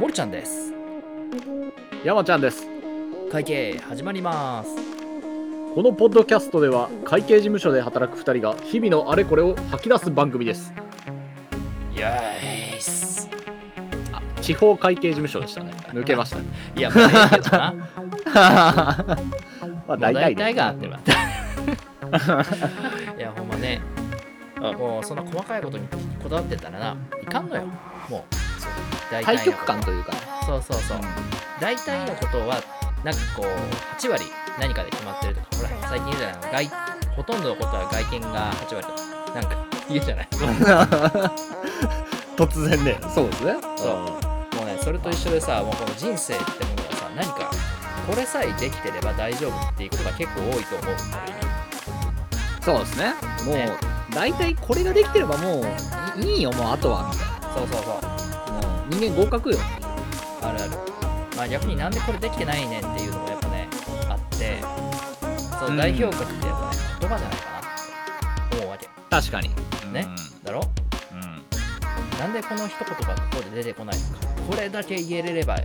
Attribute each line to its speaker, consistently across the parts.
Speaker 1: 森ちゃんです
Speaker 2: 山ちゃんです
Speaker 1: 会計始まります
Speaker 2: このポッドキャストでは会計事務所で働く2人が日々のあれこれを吐き出す番組です
Speaker 1: イエーイス
Speaker 2: 地方会計事務所でしたね抜けま したね
Speaker 1: いやまあいいけどな
Speaker 2: まあ
Speaker 1: まあ 大
Speaker 2: 大体
Speaker 1: 体
Speaker 2: ね
Speaker 1: が合って るわいやほんまね
Speaker 2: うん
Speaker 1: もうそんな細かいことにこだわってたらないかんのよもうそう大体の
Speaker 2: 対局感というかね
Speaker 1: そうそうそう大体のことはなんかこう8割何かで決まってるとかほら最近言うじゃない外ほとんどのことは外見が8割とかなんか言うじゃない
Speaker 2: 突然ねそうですね
Speaker 1: そうもうねそれと一緒でさもうこの人生ってものがさ何かこれさえできてれば大丈夫っていうことが結構多いと思うある意味
Speaker 2: そうですねも
Speaker 1: ね
Speaker 2: う大体これができてればもういいいよもうあとはみた
Speaker 1: そうそうそう
Speaker 2: いなもう人間合格よ
Speaker 1: あるある、まあ、逆になんでこれできてないねんっていうのもやっぱねあってそううん代表格ってやっぱね言葉じゃないかなって思うわけ
Speaker 2: 確かに
Speaker 1: ねだろなんでこの一言がここで出てこないのかこれだけ言えれればきっ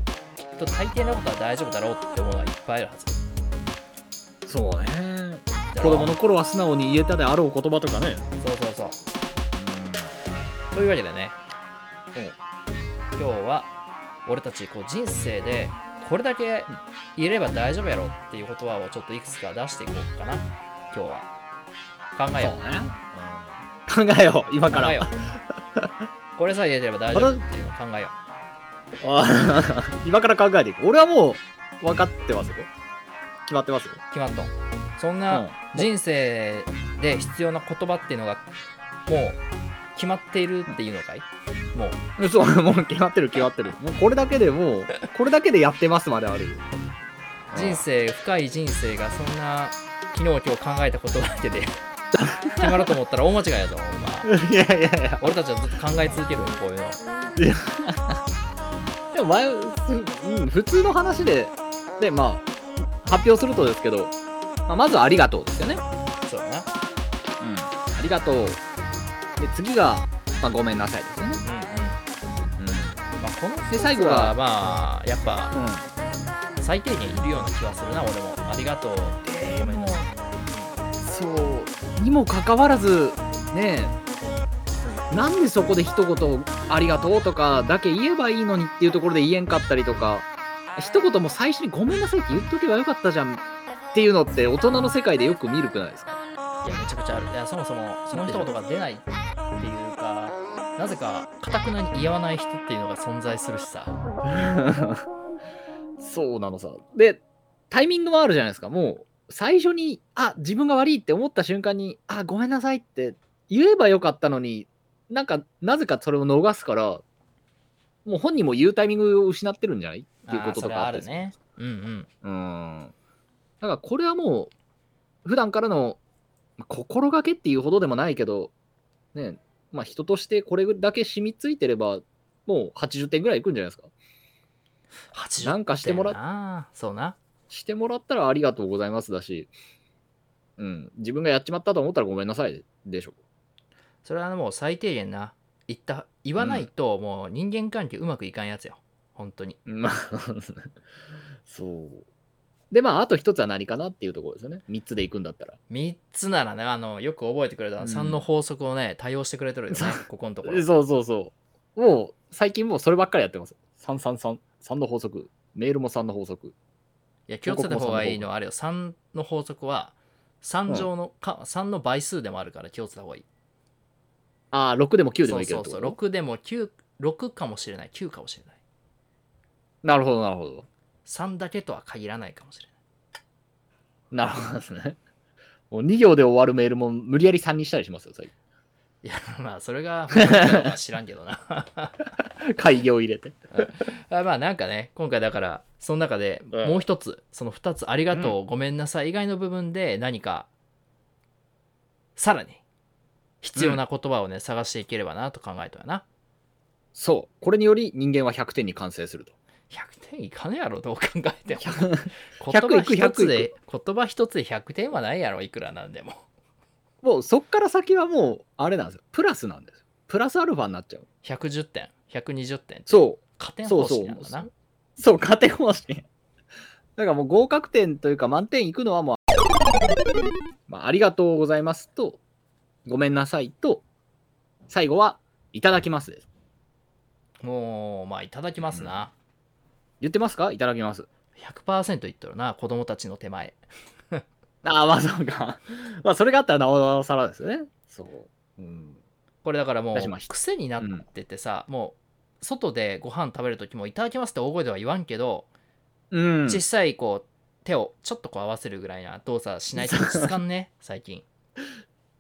Speaker 1: と大抵のことは大丈夫だろうって思うのはいっぱいあるはず
Speaker 2: そうね
Speaker 1: だ
Speaker 2: 子
Speaker 1: ろ
Speaker 2: 供の頃は素直に言えたであろう言葉とかね
Speaker 1: そうそうそうというわけでね、今日は俺たちこう人生でこれだけ言えれば大丈夫やろっていう言葉をちょっといくつか出していこうかな今日は考えよう
Speaker 2: 考えよう今か
Speaker 1: 考え
Speaker 2: ら
Speaker 1: ようこれさえ言えれば大丈夫っていうのを考えよ
Speaker 2: あ 今から考えていく俺はもう分かってますよ決まってますよ、
Speaker 1: う決まっとんそん
Speaker 2: うん
Speaker 1: な人生で必要な言葉っていうのがもう決まっているっていうのかいもう
Speaker 2: そう、もう決まってる決まってる。もうこれだけでもう、これだけでやってますまであるよ。
Speaker 1: 人生深い人生がそんな昨日今日考えたことだけで決まると思ったら大間違いやぞほんま
Speaker 2: いやいやいや。
Speaker 1: 俺たちはずっと考え続けるよこういうの
Speaker 2: でも前、うん、普通の話で、で、まあ、発表するとですけど、まあ、まずはありがとうですよね。
Speaker 1: そうだな
Speaker 2: ありがとう。で、次が、まあ、ごめんなさいですよね。
Speaker 1: うんうんまあこの
Speaker 2: で
Speaker 1: 2
Speaker 2: 最
Speaker 1: つ
Speaker 2: 後
Speaker 1: は
Speaker 2: は
Speaker 1: まあやっぱ
Speaker 2: うん。
Speaker 1: 最低限いるような気はするな俺もありがとうごめんなさい
Speaker 2: そう。にもかかわらず、ねえ、なんでそこで一言、ありがとうとかだけ言えばいいのにっていうところで言えんかったりとか、一言も最初にごめんなさいって言っとけばよかったじゃんっていうのって大人の世界でよく見るくないですか
Speaker 1: いやめちゃくちゃあるいやそもそもその一言が出ないっていうかなぜかかたくなに言わない人っていうのが存在するしさ
Speaker 2: そうなのさ。で、タイミングもあるじゃないですか。もう、最初に、あ、自分が悪いって思った瞬間に、あ、ごめんなさいって言えばよかったのに、なんか、なぜかそれを逃すから、もう本人も言うタイミングを失ってるんじゃないっていう
Speaker 1: あ
Speaker 2: こと
Speaker 1: ーそ
Speaker 2: と
Speaker 1: れ
Speaker 2: か
Speaker 1: はあ
Speaker 2: って
Speaker 1: るねうんうん
Speaker 2: うん。だからこれはもう、普段からのまあ心がけっていうほどでもないけど、ね、まあ人としてこれだけ染みついてれば、もう80点ぐらいいくんじゃないですか。
Speaker 1: 80
Speaker 2: なんかしてもらっ
Speaker 1: らそうな
Speaker 2: してもらったらありがとうございますだし、うん、自分がやっちまったと思ったらごめんなさいでしょ。
Speaker 1: それはもう最低限な言った言わないともう人間関係うまくいかんやつよ本当に
Speaker 2: まあ、そう。で、まあ、あと一つは何かなっていうところですよね。三つでいくんだったら。
Speaker 1: 3つならねあのよく覚えてくれた
Speaker 2: うん
Speaker 1: 3の法則をね対応してくれてるよね
Speaker 2: そう
Speaker 1: ここのところ
Speaker 2: そうそうそう。もう、最近もうそればっかりやってます。三三三三の法則。メールも3の法則。
Speaker 1: いや気をつけた方がいいのはあれよ3の法則は3乗の、か3の倍数でもあるから気をつけた方がいい
Speaker 2: ああ、6でも9でもいけるってこと
Speaker 1: そうそうそう6でも96かもしれない9かもしれない
Speaker 2: なるほど、なるほど。
Speaker 1: 3だけとは限らないかもしれない
Speaker 2: なるほどですね。 もう2行で終わるメールも無理やり3にしたりしますよ、最
Speaker 1: い やまあそれが本当になのか知らんけどな
Speaker 2: 近。 開業入れて。
Speaker 1: あまあなんかね今回だからその中で
Speaker 2: うん
Speaker 1: もう一つ、その2つありがとう、ごめんなさい以外の部分で何かさらに必要な言葉をね、探していければなと考えたよな
Speaker 2: そう。これにより人間は100点に完成すると。
Speaker 1: 100点いかねやろどう考えても
Speaker 2: 100
Speaker 1: 言葉
Speaker 2: いく
Speaker 1: 一つ
Speaker 2: 100
Speaker 1: で言葉一つで100点はないやろいくらなんでも
Speaker 2: もうそっから先はもうあれなんですよプラスなんですよプラスアルファになっちゃう
Speaker 1: 110点、120点。
Speaker 2: そ
Speaker 1: 加
Speaker 2: う
Speaker 1: 点
Speaker 2: そ
Speaker 1: 方
Speaker 2: うそ
Speaker 1: 式なの
Speaker 2: う
Speaker 1: かな。
Speaker 2: そう加点方式 だからもう合格点というか満点いくのはもう、まあ、ありがとうございますとごめんなさいと最後はいただきますです
Speaker 1: もう、まあ、いただきますな。
Speaker 2: 言ってますかいただきます
Speaker 1: 100%言っとるな、子供たちの手前。
Speaker 2: ああまあそうか まあそれがあったらなおさらですよねそう、うん、
Speaker 1: これだからもう
Speaker 2: 出しました
Speaker 1: 癖になっててさ、もう外でご飯食べる時も「いただきます」って大声では言わんけど、
Speaker 2: うん、
Speaker 1: 小さいこう手をちょっとこう合わせるぐらいな動作しないと落ち着かん ね最近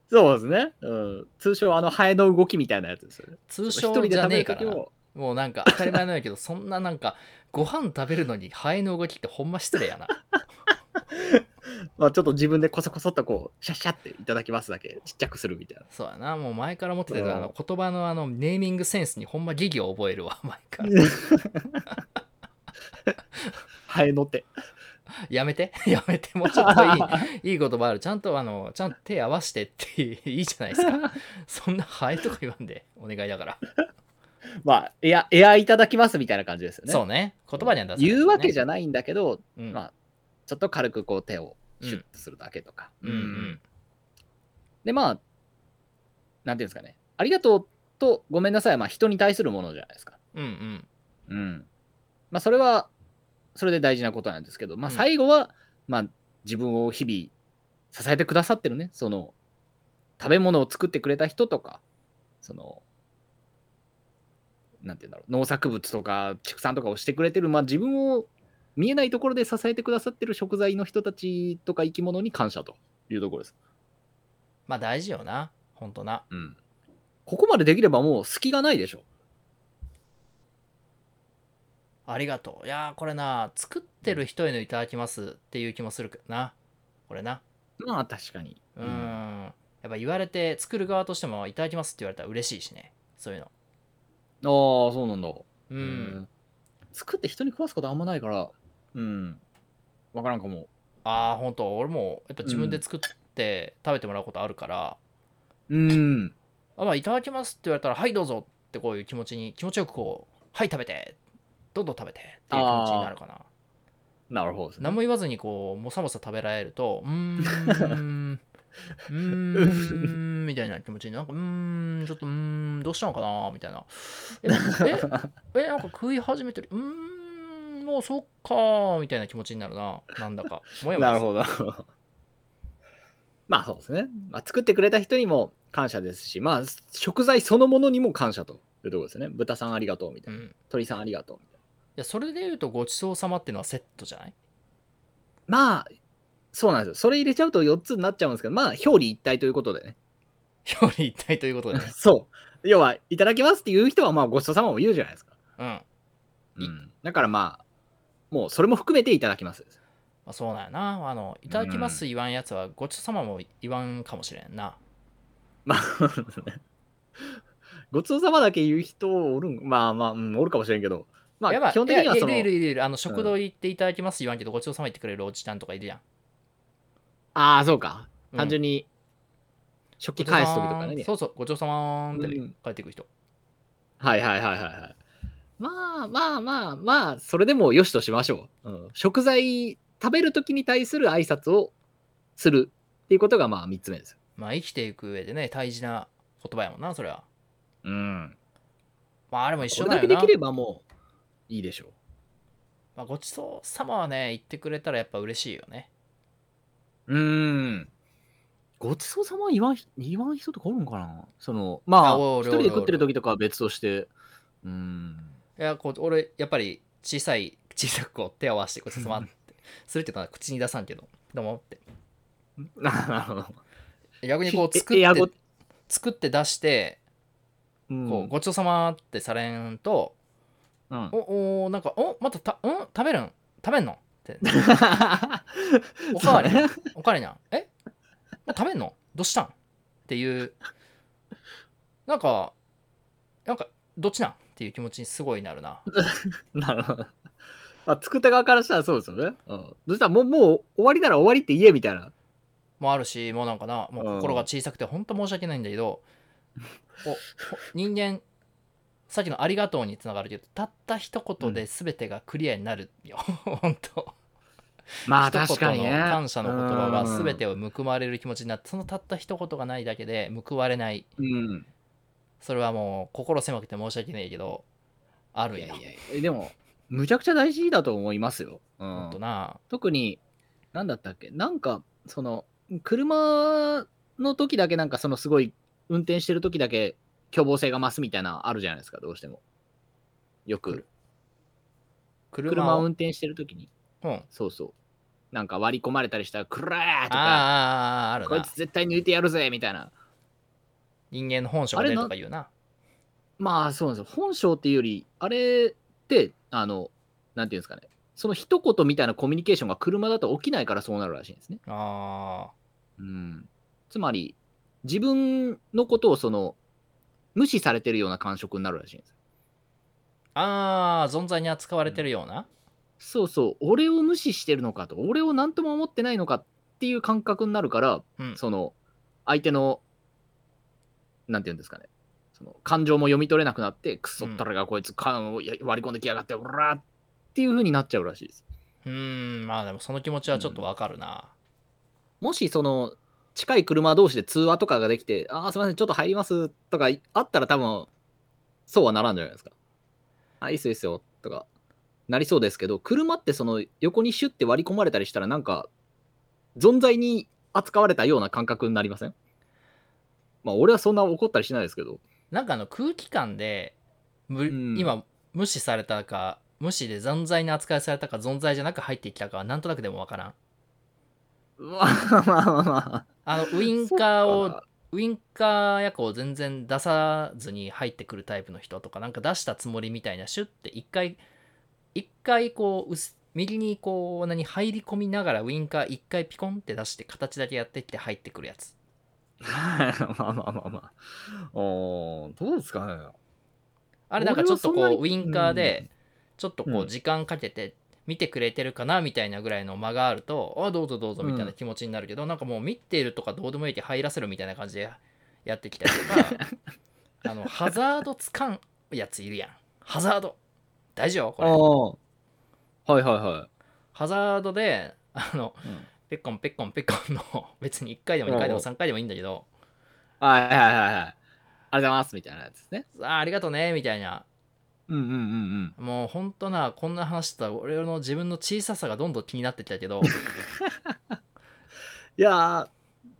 Speaker 2: そうですね、うん、通称あのハエの動きみたいなやつですよね
Speaker 1: 通
Speaker 2: 一
Speaker 1: 称
Speaker 2: 人で
Speaker 1: じゃ
Speaker 2: 食
Speaker 1: ね
Speaker 2: べ
Speaker 1: え
Speaker 2: る
Speaker 1: か
Speaker 2: 時
Speaker 1: らな
Speaker 2: を
Speaker 1: もうなんか当たり前なんやけどそんななんかご飯食べるのにハエの動きってほんま失礼や な
Speaker 2: まあ、ちょっと自分でこそこそっとこうシャッシャっていただきますだけちっちゃくするみたいな
Speaker 1: そうやなもう前から思ってたけど
Speaker 2: うん
Speaker 1: あの言葉のあのネーミングセンスにほんま疑義を覚えるわ前から
Speaker 2: ハエの手
Speaker 1: やめて やめてもうちょっといいいい言葉あるちゃんとあのちゃんと手合わせてっていいじゃないですかそんなハエとか言わんで、お願いだから。
Speaker 2: まあエアエアいただきますみたいな感じですよね
Speaker 1: そうね、言葉には出さない、
Speaker 2: 言うわけじゃ
Speaker 1: な
Speaker 2: ないんだけど、
Speaker 1: い。うん、
Speaker 2: まあちょっと軽くこう手をシュッとするだけとか、
Speaker 1: うんうん。
Speaker 2: でまあなんていうんですかねありがとうとごめんなさいはまあ人に対するものじゃないですか
Speaker 1: うんうん。
Speaker 2: うん。まあ、それは、それで大事なことなんですけど、まあ、
Speaker 1: うん
Speaker 2: 最後は、まあ、自分を日々支えてくださってるね、その、食べ物を作ってくれた人とか、その、なんて言うんだろう、農作物とか畜産とかをしてくれてる、まあ、自分を見えないところで支えてくださってる食材の人たちとか生き物に感謝というところです。
Speaker 1: まあ大事よな、ほんとな。
Speaker 2: うん。ここまでできればもう隙がないでしょ。
Speaker 1: ありがとう。いやー、これな、作ってる人へのいただきますっていう気もするけどな。これな。
Speaker 2: まあ、確かに。
Speaker 1: うーん。やっぱ言われて、作る側としてもいただきますって言われたら嬉しいしね。そういうの。
Speaker 2: ああ、そうなんだ。
Speaker 1: う。
Speaker 2: うんん作って人に食わすことあんまないから、うん。わからんかも。
Speaker 1: ああ、ほんと、俺もやっぱ自分で作って食べてもらうことあるから、
Speaker 2: うん。
Speaker 1: あまあ、いただきますって言われたら、はい、どうぞってこういう気持ちに、気持ちよくこう、はい、食べて、どんどん食べてっていう気持ちになるかな。
Speaker 2: なるほどですね。
Speaker 1: 何も言わずにこう、もさもさ食べられると、うーん、うーん、みたいな気持ちになんか、うーん、ちょっと、うーん、どうしたのかな、みたいな。え、え、えなんか食い始めてる、うーん、もうそっかー、みたいな気持ちになるな、なんだか。もやもや
Speaker 2: なるほど。 まあそうですね。まあ、作ってくれた人にも感謝ですし、まあ食材そのものにも感謝というところですね。豚さんありがとうみた
Speaker 1: う
Speaker 2: いな。
Speaker 1: ん。い
Speaker 2: 鳥さんありがとうみたい
Speaker 1: や、それで言うと、ごちそうさまっていうのはセットじゃない
Speaker 2: な。まあ、そうなんですよ。それ入れちゃうと4つになっちゃうんですけど、まあ表裏一体ということでね。。
Speaker 1: 表裏一体ということでね
Speaker 2: そう。要は、いただきますっていう人は、まあごちそうさまも言うじゃないですか。
Speaker 1: うん。
Speaker 2: うん、だからまあ、もうそれも含めていただきます。
Speaker 1: まあ、そうなんやな。あの、いただきます言わんやつは、ごちそうさまも言わんかもしれんな。
Speaker 2: まあ、ごちそうさまだけ言う人おるん、まあまあ、うん、おるかもしれんけど、ま
Speaker 1: いやま
Speaker 2: あ、
Speaker 1: あ
Speaker 2: 基本的にはい
Speaker 1: や
Speaker 2: その
Speaker 1: い、るいるいるいるあの、食堂行っていただきます言わんけど、ごちそうさま言ってくれるおじちゃんとかいるやん。
Speaker 2: ああ、そうか、
Speaker 1: うん
Speaker 2: 単純に、食器返すときとかね。
Speaker 1: そうそう、ごちそうさまーんって
Speaker 2: うん
Speaker 1: 帰ってくる人。
Speaker 2: はいはいはいはいはい。まあまあまあまあ、それでもよしとしましょう。うん、食材、食べるときに対する挨拶をするっていうことが、まあ、3つ目です。
Speaker 1: まあ、生きていく上でね、大事な言葉やもんな、それは。
Speaker 2: うん。
Speaker 1: まあ、あれも一緒
Speaker 2: これ
Speaker 1: だよ
Speaker 2: だけで
Speaker 1: な
Speaker 2: き。ればもう、いいでしょう。
Speaker 1: まあ、ごちそうさまはね、言ってくれたらやっぱ嬉しいよね。
Speaker 2: うーん。ごちそうさま言わん言わん人とかおるんかなその、まあ
Speaker 1: あお、る
Speaker 2: 一
Speaker 1: おる
Speaker 2: 人で食ってる時とかは別として、うーん。
Speaker 1: いや、こう俺、やっぱり小さい、小さくこう手を合わせてごちそうさ まってするっていうのは口に出さんけど、どうもって。
Speaker 2: なるほど。
Speaker 1: 逆にこう
Speaker 2: ひ
Speaker 1: 作
Speaker 2: えエアゴ
Speaker 1: って、作って出して、
Speaker 2: うん
Speaker 1: こうごちそうさまってされんと、
Speaker 2: うん
Speaker 1: おおなんかおまたたん食べるん食べんのって おか
Speaker 2: そ
Speaker 1: わ
Speaker 2: う
Speaker 1: り
Speaker 2: ね
Speaker 1: おかわりなんえもう食べんのどうしたんっていうなんかなんかどっちなんっていう気持ちにすごいなるな
Speaker 2: なるほど。まあ、作った側からしたらそうですよね。うん。そしたらもう、もう終わりなら終わりって言えみたいな。
Speaker 1: もあるしもうなんかなもう心が小さくて本当申し訳ないんだけど、おお人間さっきの「ありがとう」につながるけどたった一言で全てがクリアになるよ、 本当
Speaker 2: まあ
Speaker 1: 一
Speaker 2: 確か
Speaker 1: 言
Speaker 2: に
Speaker 1: の
Speaker 2: ね。
Speaker 1: 感謝の言葉が全て
Speaker 2: を。
Speaker 1: を報われる気持ちになってそのたった一言がないだけで報われない
Speaker 2: うん。
Speaker 1: それはもう心狭くて申し訳ないけどあるんよ
Speaker 2: えでも、むちゃくちゃ大事だと思いますよ。う
Speaker 1: ほんと
Speaker 2: ん、
Speaker 1: な
Speaker 2: 特に、なんだったっけなんか、その、車の時だけなんかそのすごい、運転してる時だけ凶暴性が増すみたいなのあるじゃないですか、どうしても。よく。車
Speaker 1: 車
Speaker 2: を
Speaker 1: を
Speaker 2: 運転してる時に、
Speaker 1: うんあー
Speaker 2: そうそう。なんか割り込まれたりしたら、くらーとか、
Speaker 1: あーあーある
Speaker 2: こい
Speaker 1: な
Speaker 2: つ絶対抜いてやるぜみたいな。
Speaker 1: 人間の本性が出るとか言うな
Speaker 2: まあそうなんですよ。本性っていうより、あれって、あの、なんていうんですかね。その一言みたいなコミュニケーションが車だと起きないからそうなるらしいんですね。
Speaker 1: あ
Speaker 2: うん。つまり、自分のことをその、無視されてるような感触になるらしいんです。
Speaker 1: ーあー存在に扱われてるような、
Speaker 2: そうそう、俺を無視してるのかと、俺を何とも思ってないのかっていう感覚になるから、
Speaker 1: うん
Speaker 2: その、相手の、なんていうんですかね。その感情も読み取れなくなって、くそったれがこいつ、缶をや割り込んできやがって、おらーっていう風になっちゃうらしいです。
Speaker 1: うーんまあでもその気持ちはちょっとわかるな、
Speaker 2: もしその近い車同士で通話とかができて、ああ、すみません、ちょっと入りますとかあったら多分、そうはならんじゃないですか。あ、いいっすよいいっすよとか、なりそうですけど、車ってその横にシュッて割り込まれたりしたら、なんか、存在に扱われたような感覚になりませんまあ、俺はそんな怒ったりしないですけど。
Speaker 1: なんかあの空気感でむ、
Speaker 2: うん
Speaker 1: 今無視されたか無視で存在に扱いされたか存在じゃなく入ってきたかはなんとなくでもわからん
Speaker 2: まあまあまあまあ。
Speaker 1: あのウインカー
Speaker 2: そっ
Speaker 1: を
Speaker 2: か
Speaker 1: ウインカー役を全然出さずに入ってくるタイプの人とかなんか出したつもりみたいなシュッて一回一回こううす右にこう何入り込みながらウインカー一回ピコンって出して形だけやってきて入ってくるやつ
Speaker 2: まあまあまあまあ。おーどうですかね。
Speaker 1: あれなんかちょっとこ
Speaker 2: 俺はそ
Speaker 1: う
Speaker 2: んな
Speaker 1: ウ
Speaker 2: に
Speaker 1: インカー
Speaker 2: う
Speaker 1: でちょっとこ
Speaker 2: う
Speaker 1: うん時間かけて見てくれてるかなみたいなぐらいの間があるとあどうぞどうぞみたいな気持ちになるけどなんかもう見てるとかどうでもいいけど入らせるみたいな感じでやってきたりと かあのハザードつかんやついるやんハザード大丈夫これ
Speaker 2: ああ。はいはいはい。
Speaker 1: ハザードであの
Speaker 2: うん
Speaker 1: ペッコンペッコンペッコンの別に1回でも2回でも
Speaker 2: うん
Speaker 1: 3回でもいいんだけど
Speaker 2: はいはいはいはい。ありがとうございますみたいなやつですね。
Speaker 1: あーありがとうねみたいな
Speaker 2: うんうんうん
Speaker 1: もうほんとなこんな話したら俺の自分の小ささがどんどん気になってきたけど
Speaker 2: いや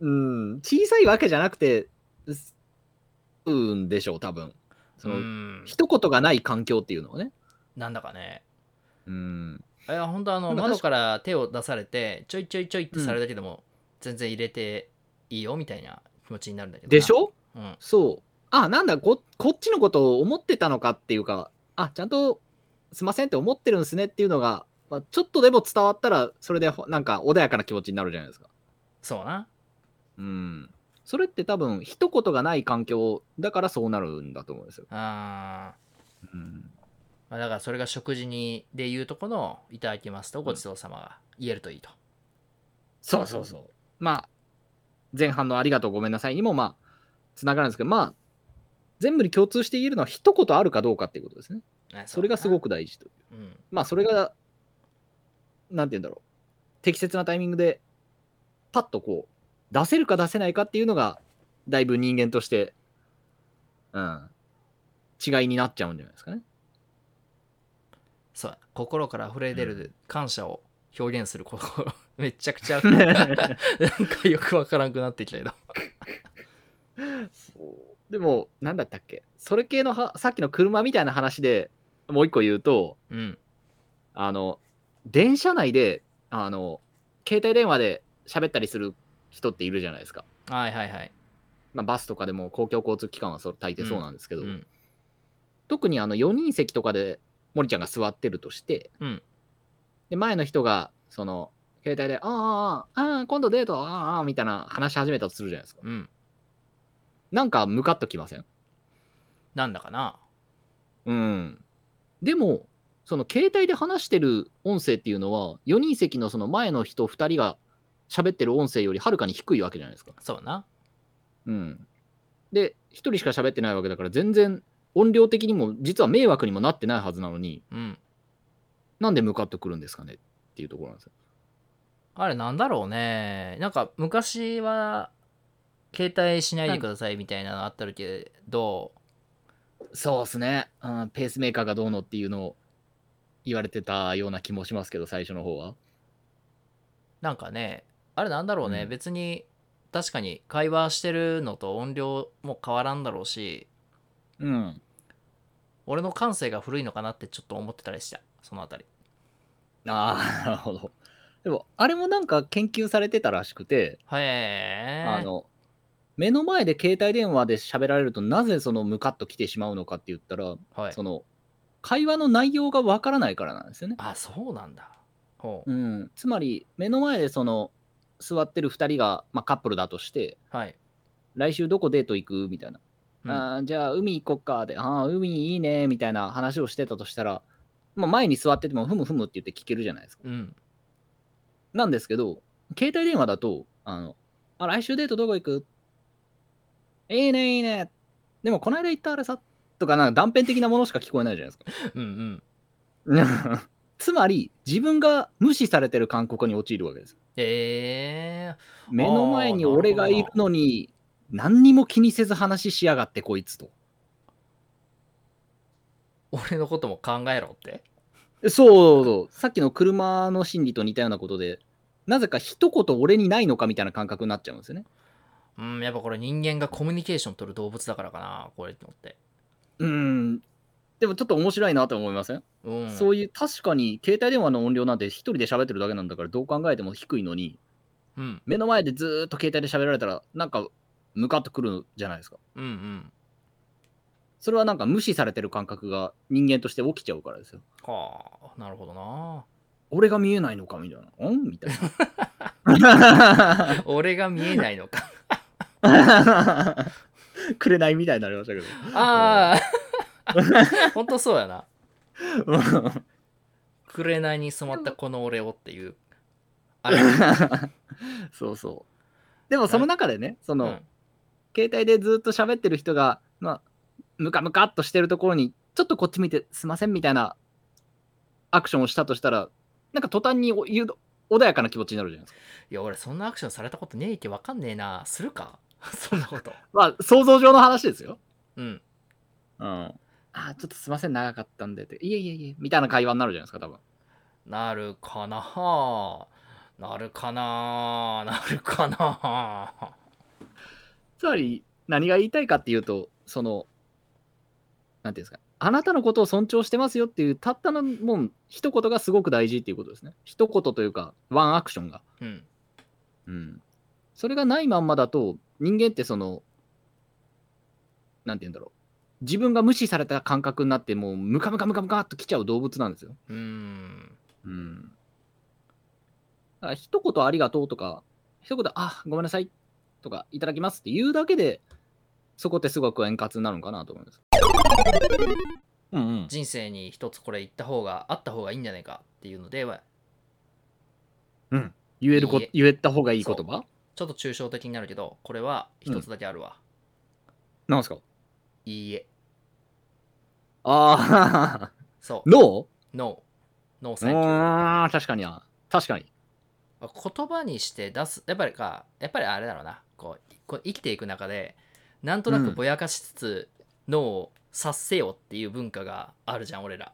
Speaker 2: ー、うん、小さいわけじゃなくて、すうんでしょう、多分。その、
Speaker 1: うん
Speaker 2: 一言がない環境っていうのはね。
Speaker 1: なんだかね
Speaker 2: うん。
Speaker 1: いや本当あの
Speaker 2: なんか
Speaker 1: 窓
Speaker 2: 確
Speaker 1: から手を出されてちょいちょいちょいってされるだけでも全然入れていいよみたいな気持ちになるんだけどな
Speaker 2: でしょ
Speaker 1: うん
Speaker 2: そう。あ、なんだこ、こっちのことを思ってたのかっていうか、あ、ちゃんとすいませんって思ってるんですねっていうのが、まあ、ちょっとでも伝わったら、それでほなんか穏やかな気持ちになるじゃないですか。
Speaker 1: そうな
Speaker 2: うん。それって多分、一言がない環境だからそうなるんだと思うんですよ。
Speaker 1: あー
Speaker 2: うん
Speaker 1: まあだからそれが食事にでいうとこのいただきますとごちそうさまが言えるといいと、
Speaker 2: そうそうそう。まあ、前半のありがとうごめんなさいにも、まあ、つながるんですけど、まあ、全部に共通して言えるのは一言あるかどうかっていうことですね。
Speaker 1: ね
Speaker 2: それがすご
Speaker 1: く、
Speaker 2: く大事という。
Speaker 1: うん、
Speaker 2: まあ、それが、なんて言うんだろう。適切なタイミングで、パッとこう、出せるか出せないかっていうのが、だいぶ人間として、うん、違いになっちゃうんじゃないですかね。
Speaker 1: そう心から溢れ出
Speaker 2: う
Speaker 1: る感謝を表現すること、 めちゃくち ゃなんかよくわからんくなってきたけど
Speaker 2: そうでも、なんだったっけそれ系のは、さっきの車みたいな話でもう一個言うと、
Speaker 1: うん
Speaker 2: あの、電車内で、あの、携帯電話で喋ったりする人っているじゃないですか。
Speaker 1: はいはいはい
Speaker 2: まあ、バスとかでも公共交通機関はそう大抵そうなんですけ
Speaker 1: う
Speaker 2: ど、
Speaker 1: ん
Speaker 2: 特にあの4人席とかで森ちゃんが座ってるとして、
Speaker 1: うん
Speaker 2: で前の人が、その、携帯で、ああ、ああああ、今度デート、ああ、ああみたいな話し始めたとするじゃないですか。
Speaker 1: うん
Speaker 2: なんかムカッときません
Speaker 1: なんだかな
Speaker 2: うん。でも、その携帯で話してる音声っていうのは、4人席のその前の人2人が喋ってる音声よりはるかに低いわけじゃないですか。
Speaker 1: そうな。
Speaker 2: うん、で1人しか喋ってないわけだから全然音量的にも実は迷惑にもなってないはずなのに
Speaker 1: うん。
Speaker 2: なんで向かってくるんですかねっていうところなんですよ。
Speaker 1: あれなんだろうね。なんか昔は携帯しないでくださいみたいなのあったけど、
Speaker 2: そうですね、うん、ペースメーカーがどうのっていうのを言われてたような気もしますけど最初の方は。
Speaker 1: なんかね、あれなんだろうね。
Speaker 2: うん
Speaker 1: 別に確かに会話してるのと音量も変わらんだろうし、
Speaker 2: うん、
Speaker 1: 俺の感性が古いのかなってちょっと思ってたりした。そのあたり。
Speaker 2: ああなるほど。でもあれもなんか研究されてたらしくて、
Speaker 1: へえ。
Speaker 2: あの目の前で携帯電話で喋られるとなぜそのムカッと来てしまうのかって言ったら
Speaker 1: はい
Speaker 2: そ。の会話の内容がわからないからなんですよね。
Speaker 1: あ、そうなんだ。ほう。
Speaker 2: うん、つまり目の前でその座ってる2人が、まあ、カップルだとして
Speaker 1: はい。
Speaker 2: 来週どこデート行くみたいな、
Speaker 1: うん
Speaker 2: あーじゃあ海行こっかでああ海いいねみたいな話をしてたとしたら、まあ、前に座っててもふむふむって言って聞けるじゃないですか
Speaker 1: うん。
Speaker 2: なんですけど携帯電話だとあのあ来週デートどこ行くいいねいいねでもこの間行ったあれさとかなんか断片的なものしか聞こえないじゃないですか
Speaker 1: うんうん。
Speaker 2: つまり自分が無視されてる感覚に陥るわけです
Speaker 1: ええ
Speaker 2: 目の前に俺がいるのに何にも気にせず話しやがってこいつと
Speaker 1: 俺のことも考えろって。
Speaker 2: そうそうそうさっきの車の心理と似たようなことでなぜか一言俺にないのかみたいな感覚になっちゃうんですよね
Speaker 1: うん、やっぱこれ人間がコミュニケーション取る動物だからかな、これって思って。
Speaker 2: うんでもちょっと面白いなと思いません、
Speaker 1: うん。
Speaker 2: そういう確かに携帯電話の音量なんて一人で喋ってるだけなんだからどう考えても低いのに
Speaker 1: うん、
Speaker 2: 目の前でずーっと携帯で喋られたらなんか向かってくるじゃないですか
Speaker 1: うん、うん。
Speaker 2: それはなんか無視されてる感覚が人間として起きちゃうからですよ
Speaker 1: はあ、なるほど な。
Speaker 2: 俺が見えないのかみたいな。んみたいな。
Speaker 1: 俺が見えないのか。
Speaker 2: くれないみたいになりましたけ
Speaker 1: ああ、ほんとそうやな。
Speaker 2: ど。
Speaker 1: 紅に染まったこの俺をっていう。あ れ、
Speaker 2: そうそう。でもその中でね、そうの、
Speaker 1: ん、
Speaker 2: 携帯でずっと喋ってる人が、まあ、ムカムカっとしてるところに、ちょっとこっち見て、すいませんみたいなアクションをしたとしたら、なんか途端におゆ穏やかな気持ちになるじゃないですか。
Speaker 1: いや、俺そんなアクションされたことねえってわかんねえな。するか そんなこと。
Speaker 2: まあ、想像上の話ですよ。
Speaker 1: うん。
Speaker 2: うん。あーちょっとすいません、長かったんでって、いえいえいえ、みたいな会話になるじゃないですか、多分。
Speaker 1: なるかななるかななるかな
Speaker 2: つまり何が言いたいかっていうとそのなんていうんですかあなたのことを尊重してますよっていうたったのもん一言がすごく大事っていうことですね一言というかワンアクションが、
Speaker 1: うん。
Speaker 2: うん、それがないまんまだと人間ってそのなんて言うんだろう自分が無視された感覚になってもうムカムカムカムカっと来ちゃう動物なんですよ、
Speaker 1: うーん。
Speaker 2: うん、だから一言ありがとうとか一言あごめんなさいとかいただきますって言うだけでそこってすごく円滑になるのかなと思います。うんうん、
Speaker 1: 人生に一つこれ言った方があった方がいいんじゃないかっていうのでまあ
Speaker 2: 言えるこ
Speaker 1: いいえ
Speaker 2: 言えた方がいい言
Speaker 1: そ
Speaker 2: 葉
Speaker 1: ちょっと抽象的になるけどこれは一つだけあるわ、
Speaker 2: なんですか
Speaker 1: いいえ
Speaker 2: ああ、
Speaker 1: そう
Speaker 2: ノ
Speaker 1: NO NO
Speaker 2: ーう
Speaker 1: thank you
Speaker 2: ーん確かにな。確かに。
Speaker 1: 言葉にして出すやっぱりかやっぱりあれだろうなこうこう生きていく中でなんとな
Speaker 2: う
Speaker 1: く
Speaker 2: ん
Speaker 1: ぼやかしつつ、NO を察せよっていう文化があるじゃん俺ら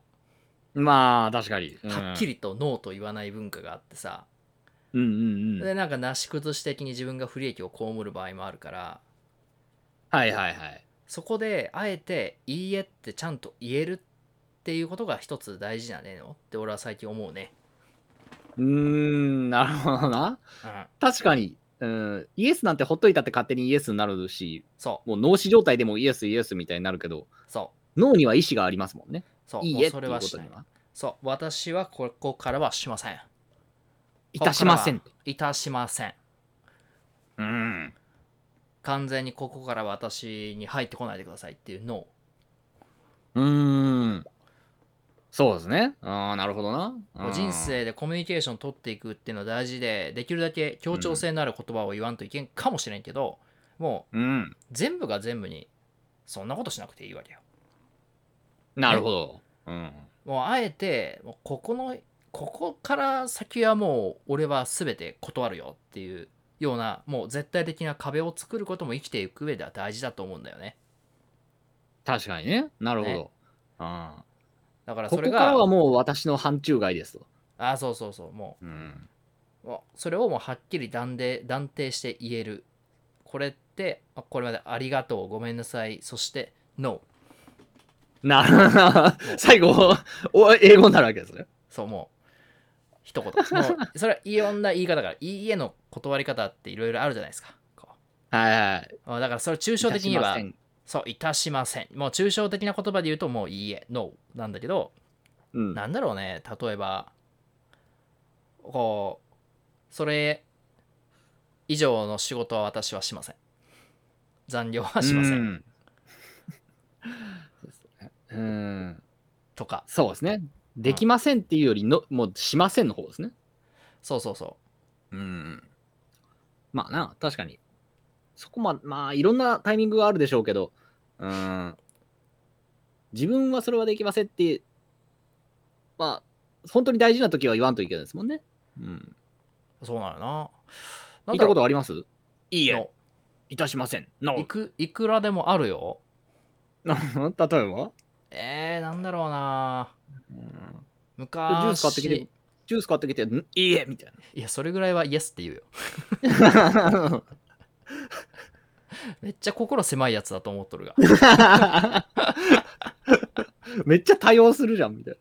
Speaker 2: まあ、確かに。うん
Speaker 1: はっき。りと NO と言わない文化があってさ、
Speaker 2: うんうんうん。
Speaker 1: でなんかなし崩し的に自分が不利益を被る場合もあるから
Speaker 2: はいはいはい。
Speaker 1: そこであえて「いいえ」ってちゃんと言えるっていうことが一つ大事じゃねえのって俺は最近思うね。
Speaker 2: うーん、なるほどな。
Speaker 1: うん、
Speaker 2: 確かに。うん、イエスなんてほっといたって勝手にイエスになるし、
Speaker 1: そ
Speaker 2: もう脳死状態でもイエスイエスみたいになるけど、
Speaker 1: うそ
Speaker 2: 脳には意志がありますもんね。
Speaker 1: うそう
Speaker 2: い
Speaker 1: も
Speaker 2: いうえってい
Speaker 1: そうれ
Speaker 2: こ
Speaker 1: はし
Speaker 2: と
Speaker 1: ない
Speaker 2: には。
Speaker 1: そう私はここからはしません
Speaker 2: いたしません
Speaker 1: こ。こからはいたしません
Speaker 2: うん。
Speaker 1: 完全にここからは私に入ってこないでくださいっていうの
Speaker 2: うーん。そうですね。ああ、なるほどな。
Speaker 1: こう人生でコミュニケーション取っていくっていうのは大事でできるだけ協調性のある言葉を言わんといけんかもしれんけど、もう
Speaker 2: うん。うん。
Speaker 1: 全部が全部にそんなことしなくていいわけよ
Speaker 2: なるほど。うん。
Speaker 1: もうあえてもうここのここから先はもう俺は全て断るよっていうようなもう絶対的な壁を作ることも生きていく上では大事だと思うんだよね
Speaker 2: 確かにね。なるほ
Speaker 1: ね
Speaker 2: ど。あ
Speaker 1: だか
Speaker 2: あ
Speaker 1: ら
Speaker 2: こ
Speaker 1: それ
Speaker 2: こ
Speaker 1: が
Speaker 2: からはもう私の範疇外ですと。
Speaker 1: あそうそうそうもう
Speaker 2: うん。
Speaker 1: もうそれをもうはっきり断定断定して言えるこれってあこれまでありがとうごめんなさいそして NO
Speaker 2: な るほど。最後、お英語になるわけですね。
Speaker 1: そうもう一言もう それはいろんな言い方があるいいえの断り方っていろいろあるじゃないですかこ
Speaker 2: はいはい。
Speaker 1: うあだからそれ抽象的に
Speaker 2: いたしま
Speaker 1: は
Speaker 2: せん
Speaker 1: そういたしませんもう抽象的な言葉で言うともういいえ NO なんだけど
Speaker 2: うん。
Speaker 1: なんだろうね例えばこうそれ以上の仕事は私はしません残業はしませ
Speaker 2: うんん。うん
Speaker 1: とか
Speaker 2: そうですね。できませんっていうよりの、もうしませんの方ですね。
Speaker 1: そうそうそ
Speaker 2: うん。まあな、確かに。そこま、まあ、いろんなタイミングがあるでしょうけど、うん。自分はそれはできませんって、まあ、本当に大事な時は言わんといけないですもんね。うん。
Speaker 1: うそうなのよな
Speaker 2: 聞
Speaker 1: ないんだ
Speaker 2: た
Speaker 1: ろ
Speaker 2: こ
Speaker 1: う
Speaker 2: とありますいい
Speaker 1: の
Speaker 2: え、いたしません。の
Speaker 1: いくいくらでもあるよ
Speaker 2: 例えば
Speaker 1: えー、なんだろうな
Speaker 2: ジュー
Speaker 1: 昔
Speaker 2: ス買ってきて、ジュース買ってきて、んいいえみたい
Speaker 1: いやそれぐらいはイエスって言うよ
Speaker 2: な。
Speaker 1: めっちゃ心狭いやつだと思っとるが
Speaker 2: めっちゃ多用するじゃん、みたい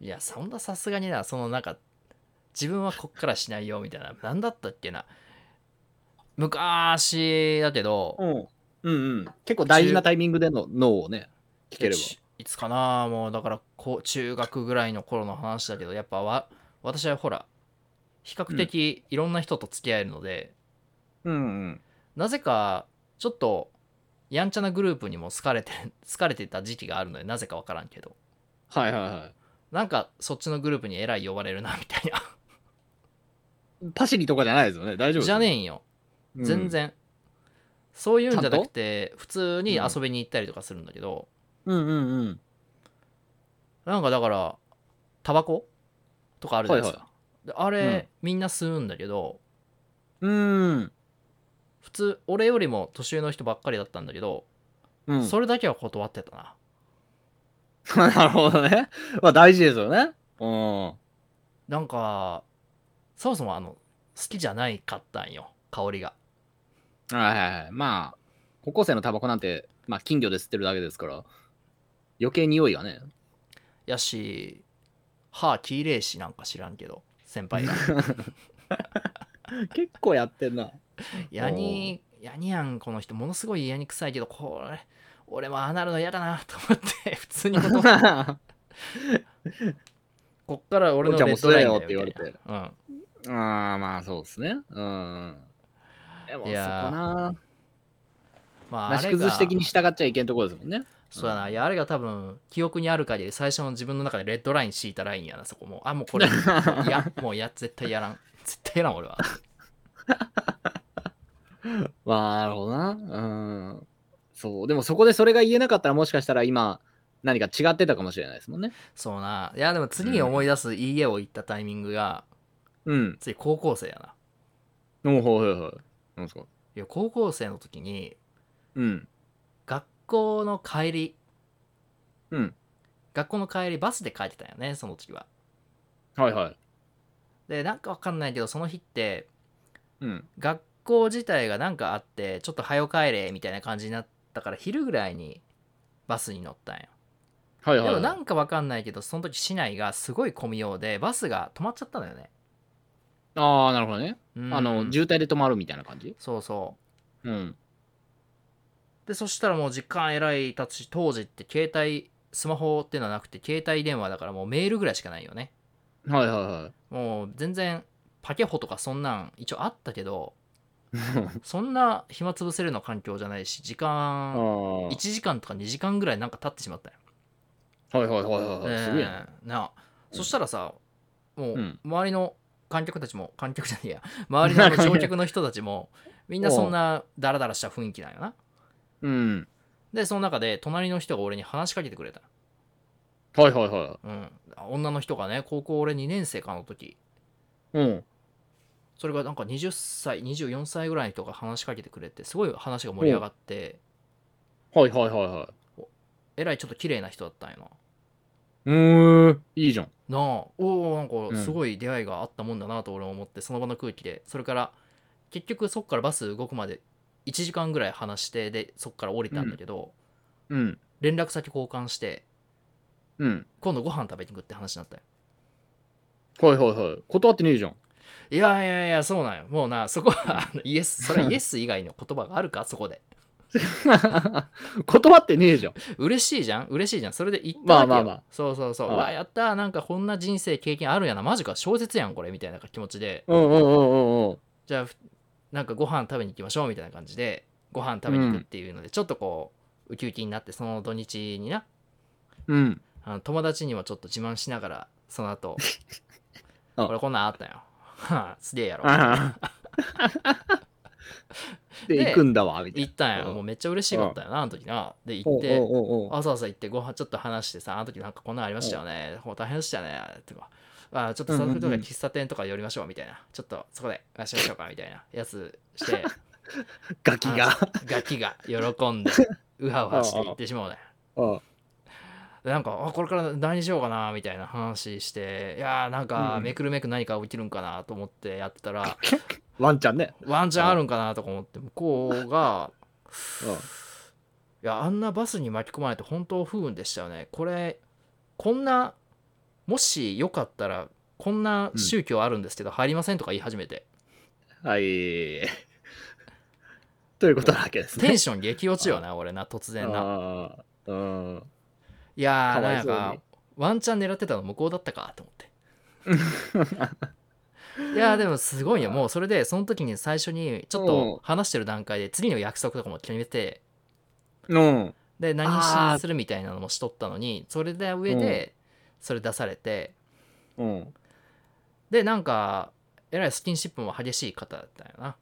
Speaker 1: いやそんなさすがになそのなんか自分はこっからしないよみたいな何だったっけな昔だけど、
Speaker 2: な。うん。うんうん。結構大事なタイミングでの脳をね、聞ければ。
Speaker 1: ちいつかなもうだからこう中学ぐらいの頃の話だけどやっぱわ私はほら比較的いろんな人と付き合えるので、
Speaker 2: うんうん。
Speaker 1: なぜかちょっとやんちゃなグループにも好かれて 好かれてた時期があるのでなぜか分からんけど
Speaker 2: はいはいは
Speaker 1: なんかそっちのグループにえらい呼ばれるなみたい
Speaker 2: い。パシリとかじゃないですよね。大丈
Speaker 1: な
Speaker 2: 夫
Speaker 1: じゃねえ
Speaker 2: え。
Speaker 1: んよ
Speaker 2: うん
Speaker 1: 全。然、そういうんじゃな
Speaker 2: ちゃん
Speaker 1: くて普通に遊びに行ったりとかするんだけど、
Speaker 2: うんうんうん。
Speaker 1: なんかだからタバコとかあるじゃないですか、であれ、みんな吸うんだけど
Speaker 2: うん。
Speaker 1: 普通俺よりも年上の人ばっかりだったんだけど、
Speaker 2: うん、
Speaker 1: それだけは断ってたな
Speaker 2: なるほどね。まあ大事ですよね。うん。
Speaker 1: なんかそもそもあの好きじゃないかったんよ香りが
Speaker 2: はいはいはい。まあ、高校生のタバコなんて、まあ、金魚で吸ってるだけですから、余計匂いがね。
Speaker 1: やし歯黄れいしなんか知らんけど先輩が
Speaker 2: 結構やってん な。
Speaker 1: ヤニヤニやんこの人ものすごいヤニ臭いけどこれ俺もああなるの嫌だなと思って普通に 断っこっから俺のレッドラインだよみたいな
Speaker 2: おいちゃんも吸えよって
Speaker 1: うん
Speaker 2: ああ、まあそうですね。うん。でも
Speaker 1: い
Speaker 2: そこ
Speaker 1: やー
Speaker 2: な、
Speaker 1: まああ
Speaker 2: なし
Speaker 1: れ
Speaker 2: 崩
Speaker 1: が
Speaker 2: し的に従っちゃいけんところですもんね。
Speaker 1: そうだないやあれが多分記憶にある限り最初の自分の中でレッドライン敷いたラインやなそこもうあもうこ れいやもうや絶対やらん絶対やらん俺は
Speaker 2: まあ、なるほどな。うん。そう。でもそこでそれが言えなかったら、もしかしたら今、何か違ってたかもしれないですもんね。
Speaker 1: そうないやでも次に思い出すいいえを言ったタイミングが
Speaker 2: うん。
Speaker 1: 次高校生やな
Speaker 2: おうほうほうほう。なんですか
Speaker 1: いや高校生の時に
Speaker 2: うん。
Speaker 1: 学校の帰り
Speaker 2: うん。
Speaker 1: 学校の帰りバスで帰ってたんよねその時は
Speaker 2: はいはい。
Speaker 1: でなんかわかんないけどその日って
Speaker 2: うん。
Speaker 1: 学校自体がなんかあってちょっと早よ帰れみたいな感じになったから昼ぐらいにバスに乗ったんよ
Speaker 2: はい
Speaker 1: で
Speaker 2: はい、
Speaker 1: もな
Speaker 2: はい。
Speaker 1: んかわかんないけどその時市内がすごい混みようでバスが止まっちゃったのよね、
Speaker 2: ああ、なるほどね。
Speaker 1: うん
Speaker 2: あの、渋滞で止まるみたいな感じ
Speaker 1: そうそう
Speaker 2: うん。
Speaker 1: でそしたらもう時間えらいたち当時って携帯スマホっていうのはなくて携帯電話だからもうメールぐらいしかないよね
Speaker 2: はいは
Speaker 1: もう全然パケホとかそんなん一応あったけど
Speaker 2: いはい。
Speaker 1: そんな暇つぶせるような環境じゃないし時間
Speaker 2: ああ。
Speaker 1: 1時間とか2時間ぐらいなんか経ってしまったよ
Speaker 2: はいはいはいはい。すごいな。
Speaker 1: うんなあそしたらさも
Speaker 2: う
Speaker 1: うん周りの観客たちも観客じゃねえや 周りのあの乗客の人たちもみんなそんなダラダラした雰囲気なんよな
Speaker 2: うん。
Speaker 1: でその中で隣の人が俺に話しかけてくれた、
Speaker 2: はいはいは
Speaker 1: うん、女の人がね高校俺2年生かの時
Speaker 2: い。うん。
Speaker 1: それがなんか20歳24歳ぐらいの人が話しかけてくれてすごい話が盛り上がって
Speaker 2: はいはいはいは。
Speaker 1: えらいちょっと綺麗な人だったんやない
Speaker 2: うーん。いいじゃん。
Speaker 1: なあおおなん
Speaker 2: う
Speaker 1: か
Speaker 2: ん
Speaker 1: すごい出会いがあったもんだなと俺も思って、その場の空気でそれから結局そっからバス動くまで1時間ぐらい話してでそっから降りたんだけど、
Speaker 2: うん。
Speaker 1: 連絡先交換して
Speaker 2: うん。
Speaker 1: 今度ご飯食べに行くって話になったよ
Speaker 2: はいはいはい。断ってねえじ ゃん。
Speaker 1: いやいやいやそうなんよもうなそこはあのイエスそれはイエス以外の言葉があるかそこで
Speaker 2: 断ってねえじゃん。
Speaker 1: 嬉しいじゃん嬉しいじゃんそれで行った
Speaker 2: ま
Speaker 1: わ
Speaker 2: あ
Speaker 1: けよ
Speaker 2: まあまあ
Speaker 1: そうそうそう、
Speaker 2: う
Speaker 1: うんわやったーなんかこんな人生経験あるんやなマジか小説やんこれみたいな気持ちで
Speaker 2: うんうんうんうんうん。
Speaker 1: じゃあふなんかご飯食べに行きましょうみたいな感じでご飯食べに行くっていうので、ちょっとこうウキウキになってその土日にな
Speaker 2: うん。
Speaker 1: あの友達にもちょっと自慢しながらその後
Speaker 2: あ
Speaker 1: 俺こんなんあったよ はあすげえやろ
Speaker 2: ああ。で、
Speaker 1: で
Speaker 2: 行くんだわ、みたいな。
Speaker 1: 行ったん
Speaker 2: う
Speaker 1: や
Speaker 2: ん
Speaker 1: もうめっちゃ嬉しかったよなあの時なで行
Speaker 2: お
Speaker 1: っ
Speaker 2: う
Speaker 1: て
Speaker 2: おうおうおう
Speaker 1: 朝朝行ってご飯ちょっと話してさあの時なんかこんなんありましたよねもう大変でしたねとかあちょっとサークルとか
Speaker 2: うんうんうん
Speaker 1: 喫茶店とか寄りましょうみたいなちょっとそこでお話しましょうかみたいなやつして
Speaker 2: ガキが。
Speaker 1: ガキが喜 んでうはうはして行ってしまうね
Speaker 2: うん
Speaker 1: でなんかあこれから何しようかなみたいな話していやーなんか
Speaker 2: うん
Speaker 1: めくるめく何か起きるんかなと思ってやってたら、
Speaker 2: ワンちゃんね。
Speaker 1: ワンチャンあるんかなとか思って向こうがいやあんなバスに巻き込まれて本当不運でしたよねこれこんなもしよかったらこんな宗教あるんですけど入りませんとか言い始めて、
Speaker 2: うんはい。ということなわけ ですね。
Speaker 1: テンション激落ちよな俺な突然な
Speaker 2: ああうん。
Speaker 1: いやー
Speaker 2: かわ
Speaker 1: なん
Speaker 2: いそうに
Speaker 1: かワンチャン狙ってたの向こうだったかと思ってい やーでもすごいよもうそれでその時に最初にちょっ
Speaker 2: うん
Speaker 1: と話してる段階で次の約束とかも決めて
Speaker 2: うん。
Speaker 1: で
Speaker 2: あ
Speaker 1: 何
Speaker 2: ー
Speaker 1: しするみたいなのもしとったのにそれで上でそれ出されて
Speaker 2: うん。
Speaker 1: でなんかえらいスキンシップも激しい方だったよな、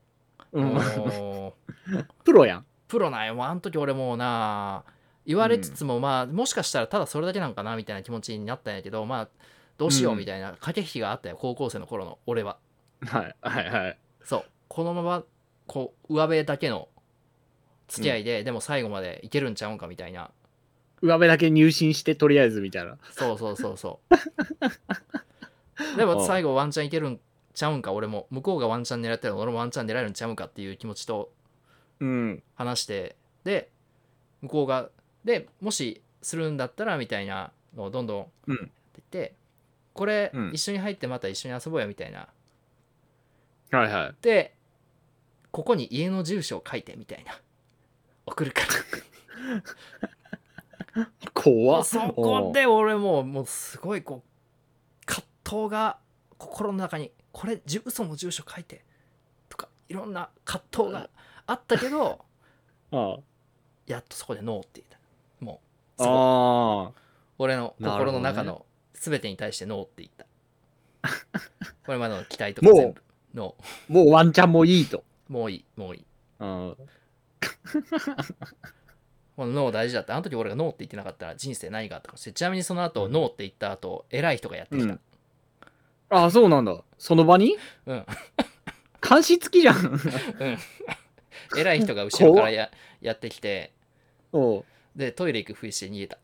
Speaker 2: うん。
Speaker 1: もう
Speaker 2: プロやん。
Speaker 1: プロなんよもうあの時俺もうな言われつつも、まあもしかしたらただそれだけなんかなみたいな気持ちになったんやけどまあどうしようみたいな駆け引きがあったよ高校生の頃の俺は
Speaker 2: はいはいはい。
Speaker 1: そうこのままこう上辺だけの付き合いで、でも最後までいけるんちゃうんかみたいな
Speaker 2: 上辺だけ入信してとりあえずみたいな。
Speaker 1: そうそうそうそうでも最後ワンチャンいけるんちゃうんか俺も向こうがワンチャン狙ってるの俺もワンチャン狙えるんちゃうんかっていう気持ちと
Speaker 2: うん。
Speaker 1: 話してで向こうがでもしするんだったらみたいなのをどんどんって
Speaker 2: うん
Speaker 1: 言って、これ、
Speaker 2: うん
Speaker 1: 一緒に入ってまた一緒に遊ぼうよみたいな
Speaker 2: はいはい。
Speaker 1: でここに家の住所を書いてみたいな 送るからも
Speaker 2: 怖
Speaker 1: う
Speaker 2: っ
Speaker 1: そこで俺もうもうすごいこう葛藤が心の中にこれ住嘘の住所書いてとかいろんな葛藤があったけど
Speaker 2: うんあ
Speaker 1: やっとそこでノーって言ったもうそ
Speaker 2: あ
Speaker 1: こ
Speaker 2: ああ。
Speaker 1: 俺の心の中
Speaker 2: なる
Speaker 1: の全てに対してノーって言 った、これまでの期待と
Speaker 2: も
Speaker 1: か
Speaker 2: う
Speaker 1: 全部ノ
Speaker 2: もうワンちゃんもいいと。
Speaker 1: ーもういいもういい
Speaker 2: うん。
Speaker 1: このノー大事だったあの時俺がノーって言ってなかったら人生ないがあったかもしれないちなみにその後ノーって言った後偉い人がやってきた、
Speaker 2: うんああ、そうなんだ。その場に
Speaker 1: うん。
Speaker 2: 監視付きじ ゃん。
Speaker 1: 偉い人が後ろからややってきて
Speaker 2: おう
Speaker 1: でトイレ行くふりして逃げ た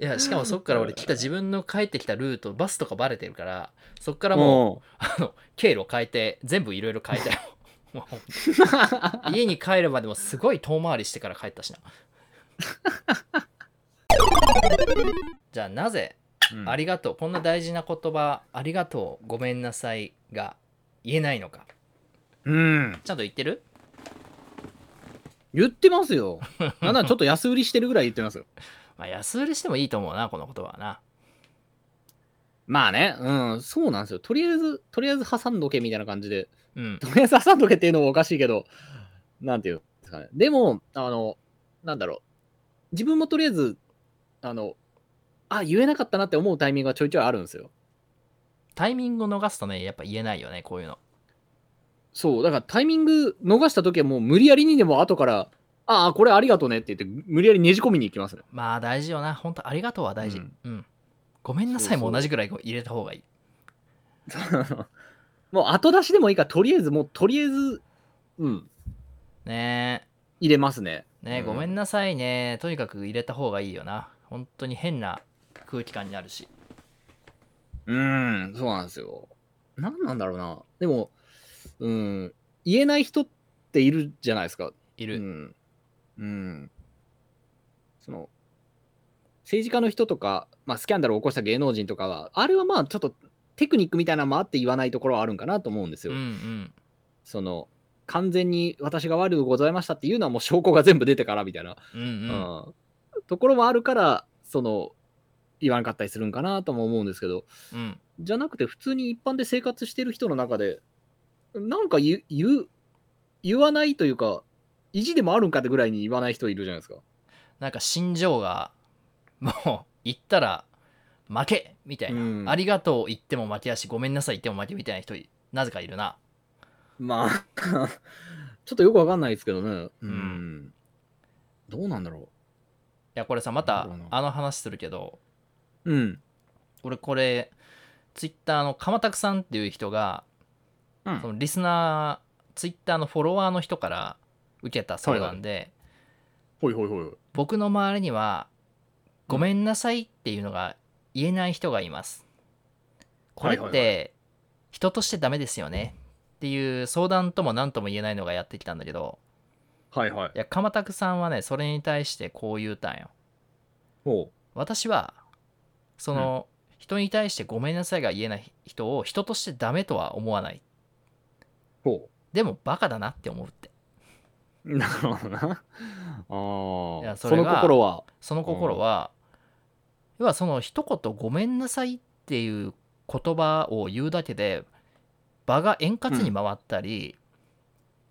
Speaker 1: いやしかもそっから俺来た自分の帰ってきたルートバスとかバレてるからそっからもう
Speaker 2: おう。
Speaker 1: あの経路変えて全部いろいろ変えたよもう家に帰るまでもすごい遠回りしてから帰ったしなじゃあなぜ「ありがとう」こんな大事な言葉「ありがとう」「ごめんなさい」が言えないのか
Speaker 2: うん。
Speaker 1: ちゃんと言ってる
Speaker 2: 言ってま すよ。なんならちょっと安売りしてるぐらい言ってますよ。
Speaker 1: まあ安売りしてもいいと思うなこの言葉はな
Speaker 2: まあね、うん、そうなんですよ。とりあえず、とりあえず挟んどけみたいな感じで、
Speaker 1: うん
Speaker 2: とりあえず挟んどけっていうのもおかしいけど、なんていうんですかね。でも、あの、なんだろう。自分もとりあえずあのあ言えなかったなって思うタイミングがちょいちょいあるんですよ
Speaker 1: タイミングを逃すとねやっぱ言えないよねこういうの
Speaker 2: そうだからタイミング逃した時はもう無理やりにでも後から「ああこれありがとうね」って言って無理やりねじ込みに行きますね
Speaker 1: まあ大事よな本当ありがとうは大事、う
Speaker 2: うんん
Speaker 1: ごめんなさい
Speaker 2: そうそう
Speaker 1: も同じくらい入れた方がいい
Speaker 2: もう後出しでもいいからとりあえずもうとりあえずうん
Speaker 1: ね
Speaker 2: 入れますね
Speaker 1: えねえ、
Speaker 2: うん
Speaker 1: ごめんなさいねとにかく入れた方がいいよな本当に変な空気感になるし
Speaker 2: うーん、そうなんですよ。なんなんだろうな。でも、うん、言えない人っているじゃないですか。
Speaker 1: いうる、
Speaker 2: ん。うん。その、政治家の人とか、まあ、スキャンダルを起こした芸能人とかは、あれはまあ、ちょっとテクニックみたいなのもあって言わないところはあるんかなと思うんです
Speaker 1: うん
Speaker 2: よ。
Speaker 1: うん
Speaker 2: その、完全に私が悪くございましたっていうのはもう証拠が全部出てからみたいな、
Speaker 1: うんうん
Speaker 2: うんところもあるから、その、言わなかったりするんかなとも思うんですけど、
Speaker 1: うん
Speaker 2: じゃなくて普通に一般で生活してる人の中でなんか言う言う言わないというか意地でもあるんかってぐらいに言わない人いるじゃないですか
Speaker 1: なんか心情がもう言ったら負けみたいな、
Speaker 2: うん
Speaker 1: ありがとう言っても負けやしごめんなさい言っても負けみたいな人いなぜかいるな
Speaker 2: まあ ちょっとよくわかんないですけどねうんんどうなんだろ
Speaker 1: いやこれさま
Speaker 2: な
Speaker 1: た
Speaker 2: るほどな
Speaker 1: あの話するけど
Speaker 2: ううん、
Speaker 1: 俺これツイッターの鎌田さんっていう人が
Speaker 2: うん
Speaker 1: そのリスナーツイッターのフォロワーの人から受けた相談で、
Speaker 2: ほいほいほい
Speaker 1: 僕の周りには「ごめんなさい」っていうのが言えない人がいます。これっ
Speaker 2: はいはい
Speaker 1: て人としてダメですよねっていう相談とも何とも言えないのがやってきたんだけど
Speaker 2: はいはい
Speaker 1: いや鎌田さんはねそれに対してこう言うたんよ。
Speaker 2: ほ
Speaker 1: 私はその、人に対して「ごめんなさい」が言えない人を人としてダメとは思わないう
Speaker 2: ほ
Speaker 1: でもバカだなって思うって
Speaker 2: うなるほどなあ
Speaker 1: い
Speaker 2: ー
Speaker 1: やそ
Speaker 2: そ
Speaker 1: れ
Speaker 2: の
Speaker 1: が
Speaker 2: 心は
Speaker 1: その心は、要はその一言「ごめんなさい」っていう言葉を言うだけで場が円滑に回ったり、
Speaker 2: うん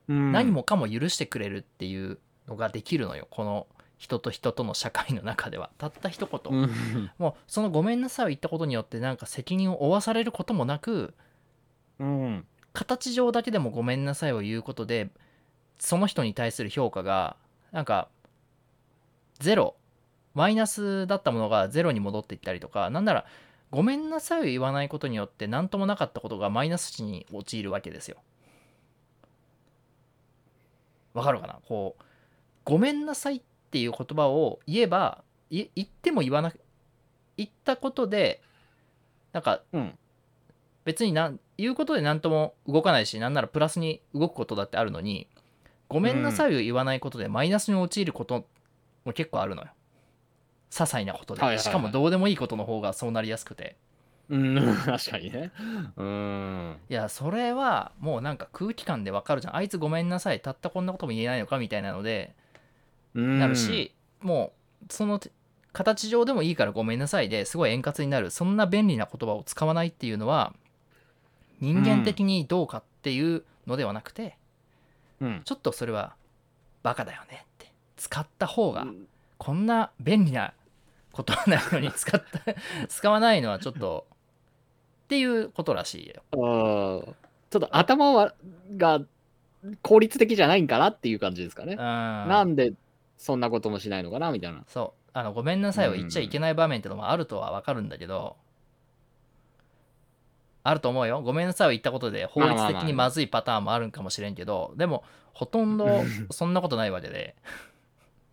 Speaker 1: 何もかも許してくれるっていうのができるのよこの人と人との社会の中ではたった一言、
Speaker 2: うん
Speaker 1: もうその「ごめんなさい」を言ったことによってなんか責任を負わされることもなく
Speaker 2: うん
Speaker 1: 形上だけでも「ごめんなさい」を言うことでその人に対する評価がなんかゼロマイナスだったものがゼロに戻っていったりとかなんなら「ごめんなさい」を言わないことによって何ともなかったことがマイナス値に陥るわけですよ。わかるかなこう「ごめんなさい」っていう言葉を言えばい言っても言わなく言ったことでなんか
Speaker 2: うん
Speaker 1: 別になん言うことで何とも動かないしなんならプラスに動くことだってあるのにごめんなさいを言わないことでマイナスに陥ることも結構あるのよ些細なことで、
Speaker 2: はいはいはい
Speaker 1: しかもどうでもいいことの方がそうなりやすくて
Speaker 2: うん 確かにねうん
Speaker 1: いやそれはもうなんか空気感でわかるじゃんあいつごめんなさいたったこんなことも言えないのかみたいなので
Speaker 2: うん
Speaker 1: なるし、もうその形上でもいいからごめんなさいですごい円滑になるそんな便利な言葉を使わないっていうのは人間的にどうかっていうのではなくて、
Speaker 2: うん
Speaker 1: ちょっとそれはバカだよねって使った方がこんな便利なことはないのに使った 使わないのはちょっとっていうことらしいよ。
Speaker 2: あーちょっと頭はが効率的じゃないんかなっていう感じですかね
Speaker 1: うん。
Speaker 2: なんでそんなこともしないのかなみたいな。
Speaker 1: そうあのごめんなさいを言っちゃいけない場面ってのもあるとは分かるんだけど、あると思うよごめんなさいを言ったことで法律
Speaker 2: まあ
Speaker 1: 的
Speaker 2: まあま
Speaker 1: に
Speaker 2: あ
Speaker 1: まずいパターンもあるんかもしれんけどでもほとんどそんなことないわけで、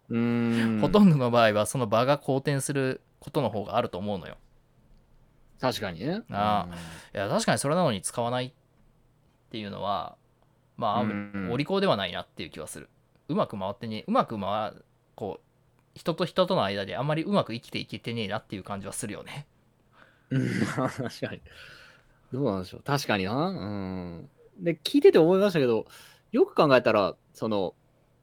Speaker 2: うーん
Speaker 1: ほとんどの場合はその場が好転することの方があると思うのよ
Speaker 2: 確かにね。
Speaker 1: あいや確かにそれなのに使わないっていうのはまあ、
Speaker 2: うん
Speaker 1: お利口ではないなっていう気はするうまく回ってねうまく回こう人と人との間であんまりうまく生きていけてねえなっていう感じはするよね
Speaker 2: うんまあ確かに。どうなんでしょう。確かにな。うん。で、聞いてて思いましたけど、よく考えたら、その、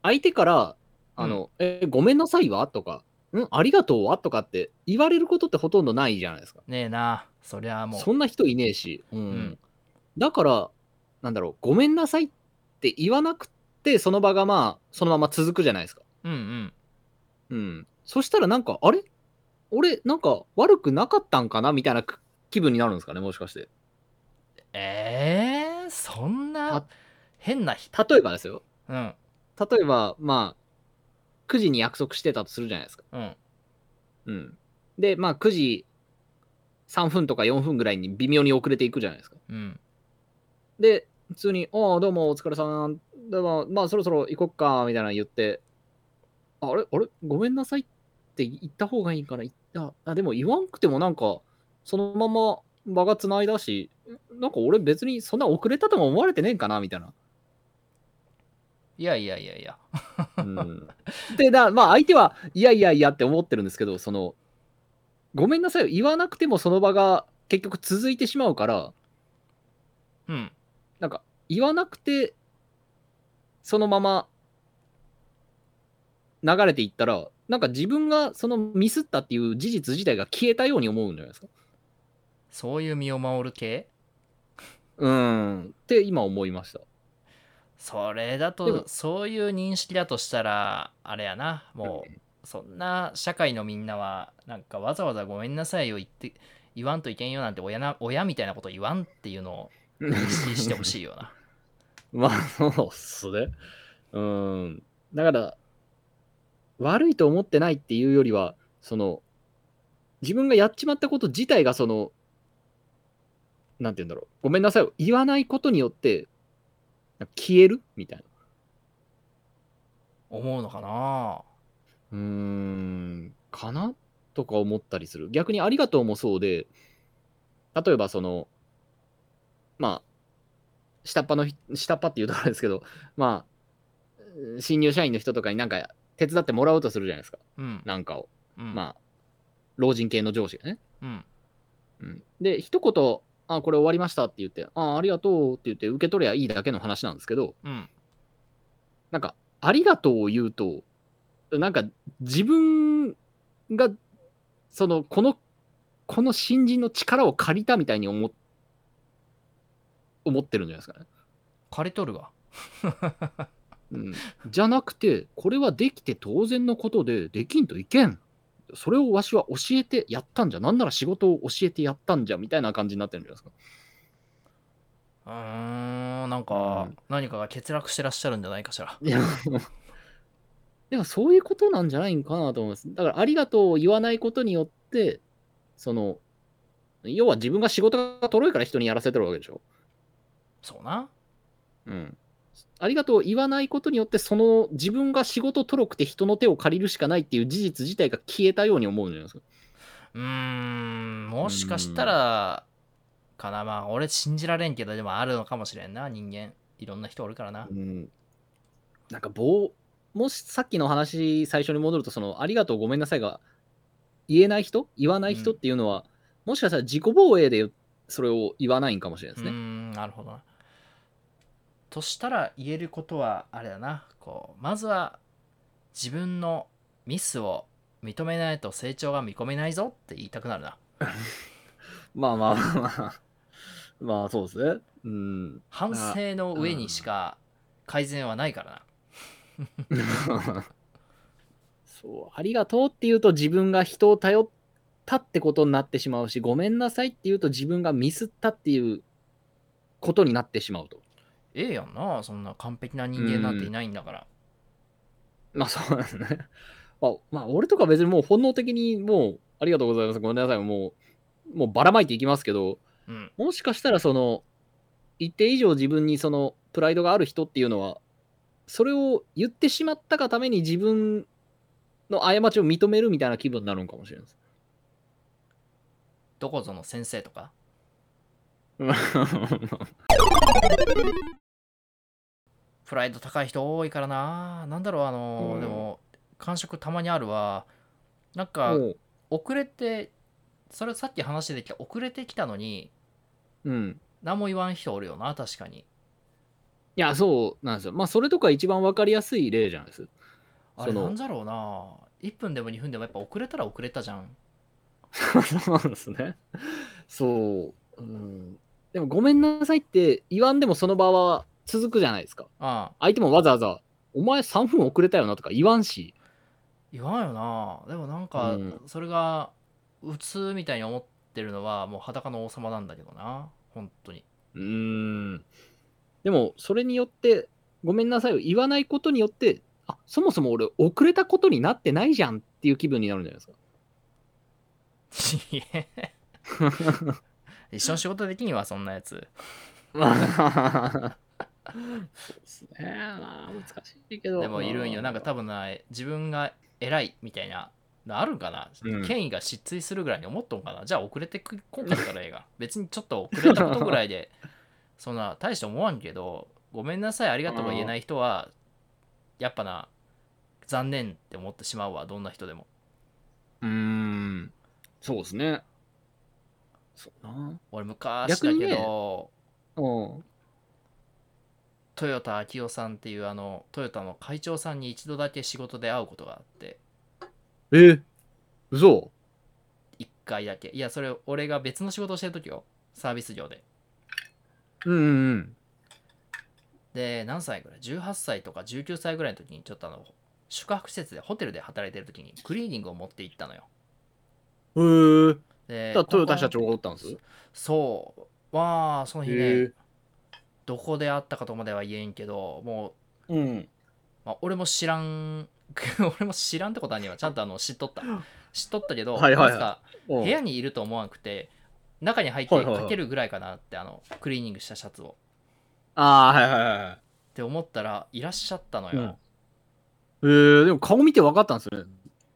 Speaker 2: 相手から、あの、え、ごめんなさいはとか、んありがとうはとかって言われることってほとんどないじゃないですか。
Speaker 1: ねえなそりゃもう
Speaker 2: そんな人いねえし、うん
Speaker 1: ん
Speaker 2: だからなんだろうごめんなさいって言わなくてその場がまあそのまま続くじゃないですか、
Speaker 1: うんうん
Speaker 2: うん、そしたらなんかあれ俺なんか悪くなかったんかなみたいなく気分になるんですかねもしかして
Speaker 1: えー、そんな
Speaker 2: た
Speaker 1: 変な人。
Speaker 2: 例えばですよ
Speaker 1: うん。
Speaker 2: 例えばまあ9時に約束してたとするじゃないですか
Speaker 1: うん。
Speaker 2: うんでまあ9時3分とか4分ぐらいに微妙に遅れていくじゃないですか
Speaker 1: うん。
Speaker 2: で普通に「ああどうもお疲れさんでもまあそろそろ行こっか」みたいなの言って「あれあれごめんなさい」って言った方がいいから言ったあでも言わんくてもなんかそのまま場がつないだしなんか俺別にそんな遅れたとも思われてねえんかなみたいな。
Speaker 1: いやいやいやいや。
Speaker 2: うん、でだまあ相手はいやいやいやって思ってるんですけどそのごめんなさいを言わなくてもその場が結局続いてしまうから、
Speaker 1: うん。
Speaker 2: なんか言わなくてそのまま流れていったらなんか自分がそのミスったっていう事実自体が消えたように思うんじゃないですか
Speaker 1: そういう身を守る系
Speaker 2: うんって今思いました
Speaker 1: それだ
Speaker 2: で
Speaker 1: と
Speaker 2: も、
Speaker 1: そういう認識だとしたら、あれやな、もう、そんな社会のみんなは、なんかわざわざごめんなさいを言って、言わんといけんよなんて親な、親みたいなこと言わんっていうのを認識してほしいよ な。
Speaker 2: まあそうっすねうんだから悪いと思ってないっていうよりはその自分がやっちまったこと自体がそのなんて言うんだろうごめんなさいを言わないことによってなんか消えるみたいな
Speaker 1: 思うのかな
Speaker 2: うーん、かなとか思ったりする。逆にありがとうもそうで、例えばその、まあ、下っ端のひ、下っ端って言うとあれですけど、まあ、うん新入社員の人とかになんか手伝ってもらおうとするじゃないですか。
Speaker 1: うん。
Speaker 2: なんかを。
Speaker 1: うん。
Speaker 2: まあ、老人系の上司がね。
Speaker 1: うん。
Speaker 2: うん、で、一言、あ、これ終わりましたって言って、あ、ありがとうって言って受け取りゃいいだけの話なんですけど、
Speaker 1: うん。
Speaker 2: なんか、ありがとうを言うと、なんか、自分が、その、この、この新人の力を借りたみたいに思っ、思ってるんじゃないですかね。
Speaker 1: 借りとるわ。
Speaker 2: うん、じゃなくて、これはできて当然のことで、できんといけん。それをわしは教えてやったんじゃ、なんなら仕事を教えてやったんじゃ、みたいな感じになってるんじゃないですか。
Speaker 1: うーん、なんか
Speaker 2: うん、
Speaker 1: 何かが欠落してらっしゃるんじゃないかしら。
Speaker 2: いや、でもそういうことなんじゃないんかなと思います。だから、ありがとうを言わないことによって、その、要は自分が仕事がとろいから人にやらせてるわけでしょ。
Speaker 1: そうな。
Speaker 2: うん。ありがとうを言わないことによって、その自分が仕事とろくて人の手を借りるしかないっていう事実自体が消えたように思うんじゃないですか。
Speaker 1: うーん、もしかしたら、かな。まあ、俺信じられんけど、でもあるのかもしれんな、人間。いろんな人おるからな。
Speaker 2: うん。なんか棒、もしさっきの話、最初に戻ると、その、ありがとう、ごめんなさいが、言えない人、言わない人っていうのは、もしかしたら自己防衛でそれを言わないんかもしれないです
Speaker 1: うー
Speaker 2: ね。
Speaker 1: んなるほどなとしたら言えることはあれだなこうまずは自分のミスを認めないと成長が見込めないぞって言いたくなるな
Speaker 2: まあまあまあまあ、まあそうですね。 うん。
Speaker 1: 反省の上にしか改善はないからな
Speaker 2: そう、ありがとうっていうと自分が人を頼ったってことになってしまうし、ごめんなさいっていうと自分がミスったっていうことになってしまうと。
Speaker 1: ええやんなそんな完璧な人間なんていないんだから
Speaker 2: まあそうなんですね。まあ、まあ、俺とか別にもう本能的にもう、ありがとうございます。ごめんなさい。もう、もうばらまいていきますけど、
Speaker 1: うん
Speaker 2: もしかしたらその、一定以上自分にそのプライドがある人っていうのは、それを言ってしまったがために自分の過ちを認めるみたいな気分になるのかもしれないです。
Speaker 1: どこぞの先生とかプライド高い人多いからななんだろうあの、
Speaker 2: うん
Speaker 1: でも感触たまにあるわなんか
Speaker 2: もう
Speaker 1: 遅れてそれさっき話してた遅れてきたのに
Speaker 2: うん。
Speaker 1: 何も言わん人おるよな確かに
Speaker 2: いや、そうなんですよ。まあ、それとか一番わかりやすい例じゃないですか。
Speaker 1: あれ
Speaker 2: その
Speaker 1: なんじゃろうな1分でも2分でもやっぱ遅れたら遅れたじゃん
Speaker 2: そうなんですね。そう。うん、でも、ごめんなさいって言わんでもその場は続くじゃないですか。
Speaker 1: ああ
Speaker 2: 相手もわざわざ、お前3分遅れたよなとか言わんし。
Speaker 1: 言わんよなでもなんか
Speaker 2: うん
Speaker 1: それがうつみたいに思ってるのはもう裸の王様なんだけどな本当に
Speaker 2: うーん。でも、それによって、ごめんなさいを言わないことによって、あそもそも俺、遅れたことになってないじゃんっていう気分になるんじゃないですか。
Speaker 1: いえ一緒の仕事できにはそんなやつ
Speaker 2: そうですね。まあ、難しいけど
Speaker 1: でもいるんよなんか多分な自分が偉いみたいなのあるんかな、
Speaker 2: うん
Speaker 1: 権威が失墜するぐらいに思っとんかなじゃあ遅れてく今回から 映画別にちょっと遅れたことぐらいでそんな大して思わんけどごめんなさいありがとうが言えない人はやっぱな残念って思ってしまうわどんな人でも
Speaker 2: うーん。そうですね。そうな。
Speaker 1: 俺昔だ
Speaker 2: 逆にね
Speaker 1: けど、
Speaker 2: うん。
Speaker 1: 豊田昭夫さんっていうあのトヨタの会長さんに一度だけ仕事で会うことがあって
Speaker 2: え嘘
Speaker 1: 1回だけいやそれ俺が別の仕事をしてる時よサービス業で
Speaker 2: うんうん
Speaker 1: で何歳ぐらい18歳とか19歳ぐらいの時にちょっとあの宿泊施設でホテルで働いてる時にクリーニングを持って行ったのよ
Speaker 2: うん。へえ。
Speaker 1: で
Speaker 2: だからトヨタ社長
Speaker 1: こ
Speaker 2: が
Speaker 1: こ
Speaker 2: おったんです
Speaker 1: そうまあその日
Speaker 2: へ
Speaker 1: ね
Speaker 2: え。
Speaker 1: どこで会ったかとまでは言えんけども
Speaker 2: うん。
Speaker 1: う、まあ、俺も知らん 俺も知らんってことはにはちゃんとあの知っとった知っとったけど、
Speaker 2: はいはいはい
Speaker 1: なぜか
Speaker 2: 部
Speaker 1: 部屋にいると思わなくて中に入って
Speaker 2: はいはいはい
Speaker 1: かけるぐらいかなってあのクリーニングしたシャツを
Speaker 2: ああ、はいはいはい。
Speaker 1: って思ったらいらっしゃったのよ、
Speaker 2: えー、でも顔見て分かったんですね。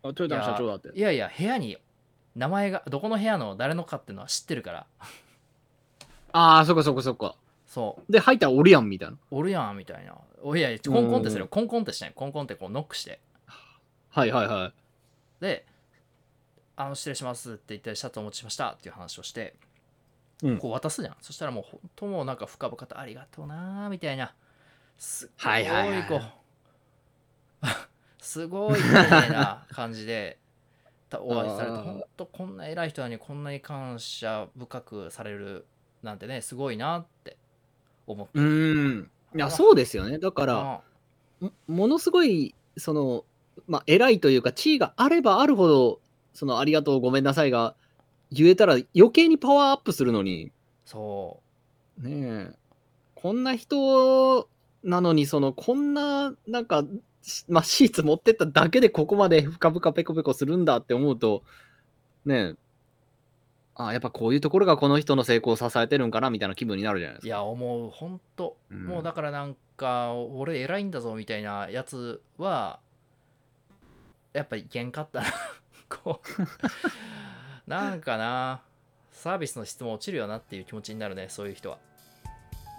Speaker 2: あトヨタの
Speaker 1: いや
Speaker 2: 社長だって。
Speaker 1: いやいや部屋に名前がどこの部屋の誰のかっていうのは知ってるから
Speaker 2: ああ、そっかそっかそっか。
Speaker 1: そう
Speaker 2: で、入ったらおるやんみたいな。
Speaker 1: おるやんみたいなおいやいやコンコンってする
Speaker 2: う
Speaker 1: よコンコンってしないコンコンってこうノックして
Speaker 2: はいはいはい。
Speaker 1: で「あの失礼します」って言ってシャツをお持ちしましたっていう話をして、
Speaker 2: うん
Speaker 1: こう渡すじゃんそしたらもうほんともうなんか深々と「ありがとうな」みたいなすっご
Speaker 2: はいい
Speaker 1: こう、
Speaker 2: はいはい
Speaker 1: すごい丁寧な感じでたお会いされて
Speaker 2: あー
Speaker 1: 本当こんな偉い人なのにこんなに感謝深くされるなんてねすごいなって思って
Speaker 2: うーん。いや、
Speaker 1: あ
Speaker 2: そうですよね。だから、
Speaker 1: あ
Speaker 2: もものすごい、その、まあ、偉いというか、地位があればあるほど、その、ありがとう、ごめんなさいが言えたら、余計にパワーアップするのに、
Speaker 1: そう
Speaker 2: ねえ、こんな人なのに、その、こんな、なんか、しまあ、シーツ持ってっただけでここまで深々ペコペコするんだって思うと、ねえ、あやっぱこういうところがこの人の成功を支えてるんかなみたいな気分になるじゃないです
Speaker 1: い
Speaker 2: か。
Speaker 1: や思う本当、
Speaker 2: うん
Speaker 1: もうだからなんか俺偉いんだぞみたいなやつはやっぱいけんかったな こうなんかなサービスの質も落ちるよなっていう気持ちになるねそういう人は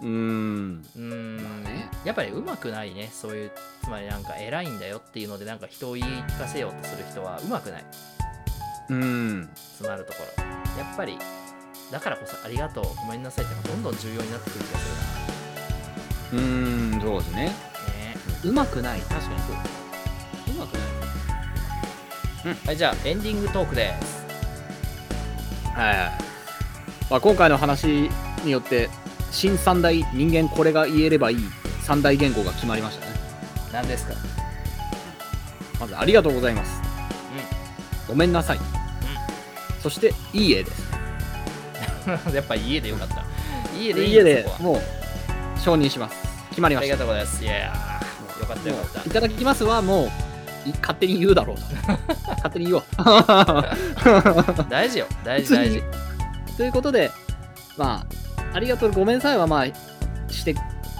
Speaker 2: うーん。
Speaker 1: うーん、
Speaker 2: まあね
Speaker 1: やっぱりうまくないねそういうつまりなんか偉いんだよっていうのでなんか人を言い聞かせようとする人はうまくないう
Speaker 2: ーん。
Speaker 1: 詰まるところやっぱりだからこそありがとうごめんなさいってのがどんどん重要になってくる気がす
Speaker 2: うーん、そうですね。
Speaker 1: るなね
Speaker 2: うまくない。確かにそう。うまくない。
Speaker 1: はいじゃあエンディングトークです
Speaker 2: はいはい。まあ、今回の話によって、新三大人間これが言えればいい三大言語が決まりましたね。
Speaker 1: 何ですか
Speaker 2: まずありがとうございます。ごめんなさい。そしていい絵です。
Speaker 1: やっぱ家でよかった。家でいい
Speaker 2: 家で
Speaker 1: そこは
Speaker 2: もう承認します。決まりま
Speaker 1: あり
Speaker 2: し
Speaker 1: が
Speaker 2: た。
Speaker 1: とうございます。いやーよかったよかった
Speaker 2: もうい。ただきますはもうい勝手に言うだ ろうと。勝手に言おう。
Speaker 1: 大事よ。大事
Speaker 2: 普通
Speaker 1: 大
Speaker 2: に
Speaker 1: 事。
Speaker 2: ということで、まあ、ありがとう、ごめんなさいは、まあ、して、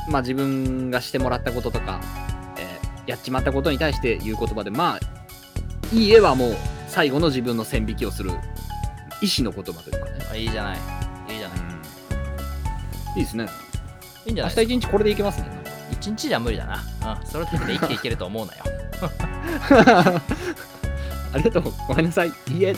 Speaker 2: まあ、自分がしてもらったこととか、えーやっちまったことに対して言う言葉で、まあ、いい絵はもう、最後の自分の線引きをする、意思の言葉というかね。
Speaker 1: あいいじゃない。いいじゃない。
Speaker 2: いいですね。
Speaker 1: いいんじゃ
Speaker 2: 明
Speaker 1: ない
Speaker 2: 日
Speaker 1: ですか
Speaker 2: 一日これでいけますね。
Speaker 1: 一日じゃ無理だな。うん。それだけで生きていけると思うなよ。
Speaker 2: ありがとう。ごめんなさい。いいえ。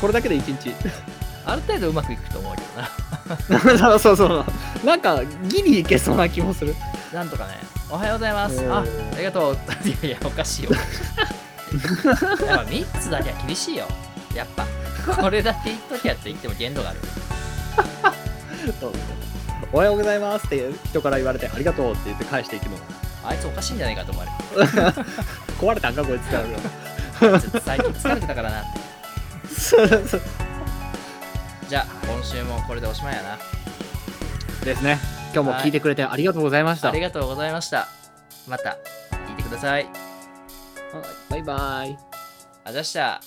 Speaker 2: これだけで一日。
Speaker 1: ある程度うまくいくと思うけどな。
Speaker 2: そうそうそう。なんか、ギリいけそうな気もする。
Speaker 1: なんとかね。おはようございます。
Speaker 2: うん
Speaker 1: あ、ありがとう。 いやいや、おか しいよ。やっぱ3つだけは厳しいよ。やっ ぱ。これだけ言っときゃって言っても限度がある。
Speaker 2: おはようございますって人から言われて、ありがとうって言って返していくの。
Speaker 1: あいつおかしいんじゃないかと思われる。
Speaker 2: 壊れたんか、こいつから。
Speaker 1: ちょっと最近疲れてたからなって。そうそうそうじゃあ今週もこれでおしまいやな
Speaker 2: ですね。今日も聞いてくれてありがとうございました。
Speaker 1: ありがとうございましたまた聞いてください
Speaker 2: バイバイ。
Speaker 1: あざした